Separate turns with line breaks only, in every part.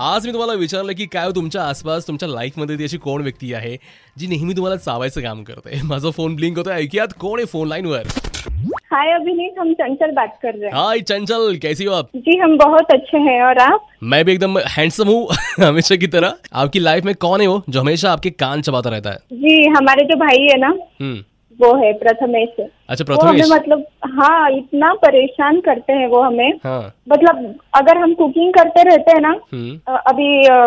आज मी तुम्हाला विचारलं की काय हो तुमच्या आसपास तुमच्या लाईफमध्ये ती अशी कोण व्यक्ती आहे जी नेहमी तुम्हाला चावायचं काम करते माझा फोन ब्लिंक होतोय ऐकियात कोण आहे फोन लाईनवर
हाय अभिनीत हम चंचल बात कर रहे
हाय चंचल कैसी हो आप
हैं जी हम बहुत अच्छे हैं और आप
मैं भी एकदम हैंडसम हूँ हमेशा की तरह आपकी लाइफ में कौन है वो जो हमेशा आपके कान चबाता रहता है
जी हमारे जो भाई है ना
हम्म
वो है प्रथमेश है।
अच्छा
वो हमें
प्रथमेश
मतलब हाँ इतना परेशान करते हैं वो हमें
हाँ
मतलब अगर हम कुकिंग करते रहते हैं ना
हम्म
अ, अभी अ,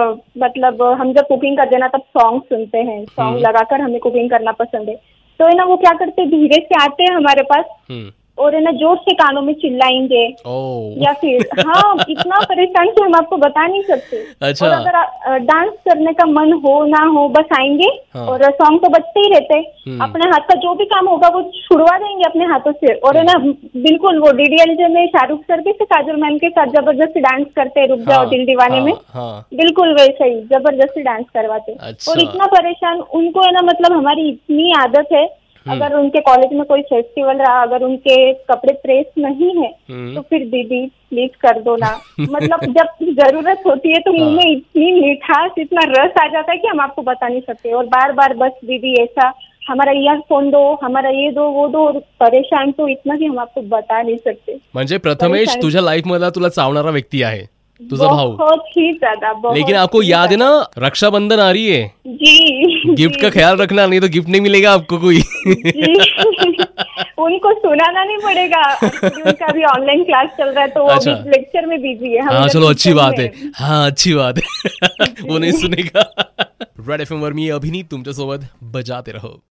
मतलब हम जब कुकिंग करते हैं ना तब सॉन्ग सुनते हैं सॉन्ग लगाकर हमें कुकिंग करना पसंद है तो है ना वो क्या करते हैं, धीरे से आते हैं हमारे पास
हम्म
और है ना जोर से कानों में चिल्लाएंगे
ओ
या फिर हाँ इतना परेशान कि हम आपको बता नहीं सकते
अच्छा।
और अगर अ, डांस करने का मन हो ना हो बस आएंगे
हाँ।
और सॉन्ग तो बजते ही रहते हैं।
हम्म।
अपने हाथ का जो भी काम होगा वो छुड़वा देंगे अपने हाथों से और है ना
हम्म।
बिल्कुल वो डीडीएलजे में शाहरुख सर के से काजल मैम के साथ जबरदस्ती डांस करते हैं रुक जाओ
हाँ,
दिल दीवाने
हाँ,
में
हाँ
बिल्कुल वैसे ही जबरदस्ती डांस करवाते हैं।
अच्छा।
और इतना परेशान उनको है ना मतलब हमारी इतनी आदत है
हम्म।
अगर उनके कॉलेज में कोई फेस्टिवल रहा अगर उनके कपड़े प्रेस नहीं है
हम्म।
तो फिर दीदी प्लीज कर दो ना मतलब जब जरूरत होती है तो
हाँ।
मुंह में इतनी मिठास इतना रस आ जाता है कि हम आपको बता नहीं सकते और बार बार बस दीदी ऐसा हमारा ईयरफोन दो हमारा ये दो वो दो और परेशान तो इतना कि हम आपको बता नहीं सकते
म्हणजे प्रथमेश
परेशान-
तुझ्या लाईफ मधला तुला चावणारा व्यक्ती आहे तुझा भाऊ
बहुत ही ज्यादा
तो
बहुत
लेकिन आपको
ही
याद है ना रक्षाबंधन आ रही है
ज्यादा। जी
गिफ्ट
जी।
का ख्याल रखना नहीं तो गिफ्ट नहीं मिलेगा आपको कोई हाँ,
जी उनको सुनाना नहीं पड़ेगा Actually, उनका अभी ऑनलाइन क्लास चल रहा है तो वो
अच्छा।
अभी लेक्चर में बिजी है हम
हाँ
इधर
चलो अच्छी
lecture
बात
में
है हाँ अच्छी बात है वो नहीं सुनेगा रेड एफ वर मी अभिनीत तुमच्यासोबत बजाते रहो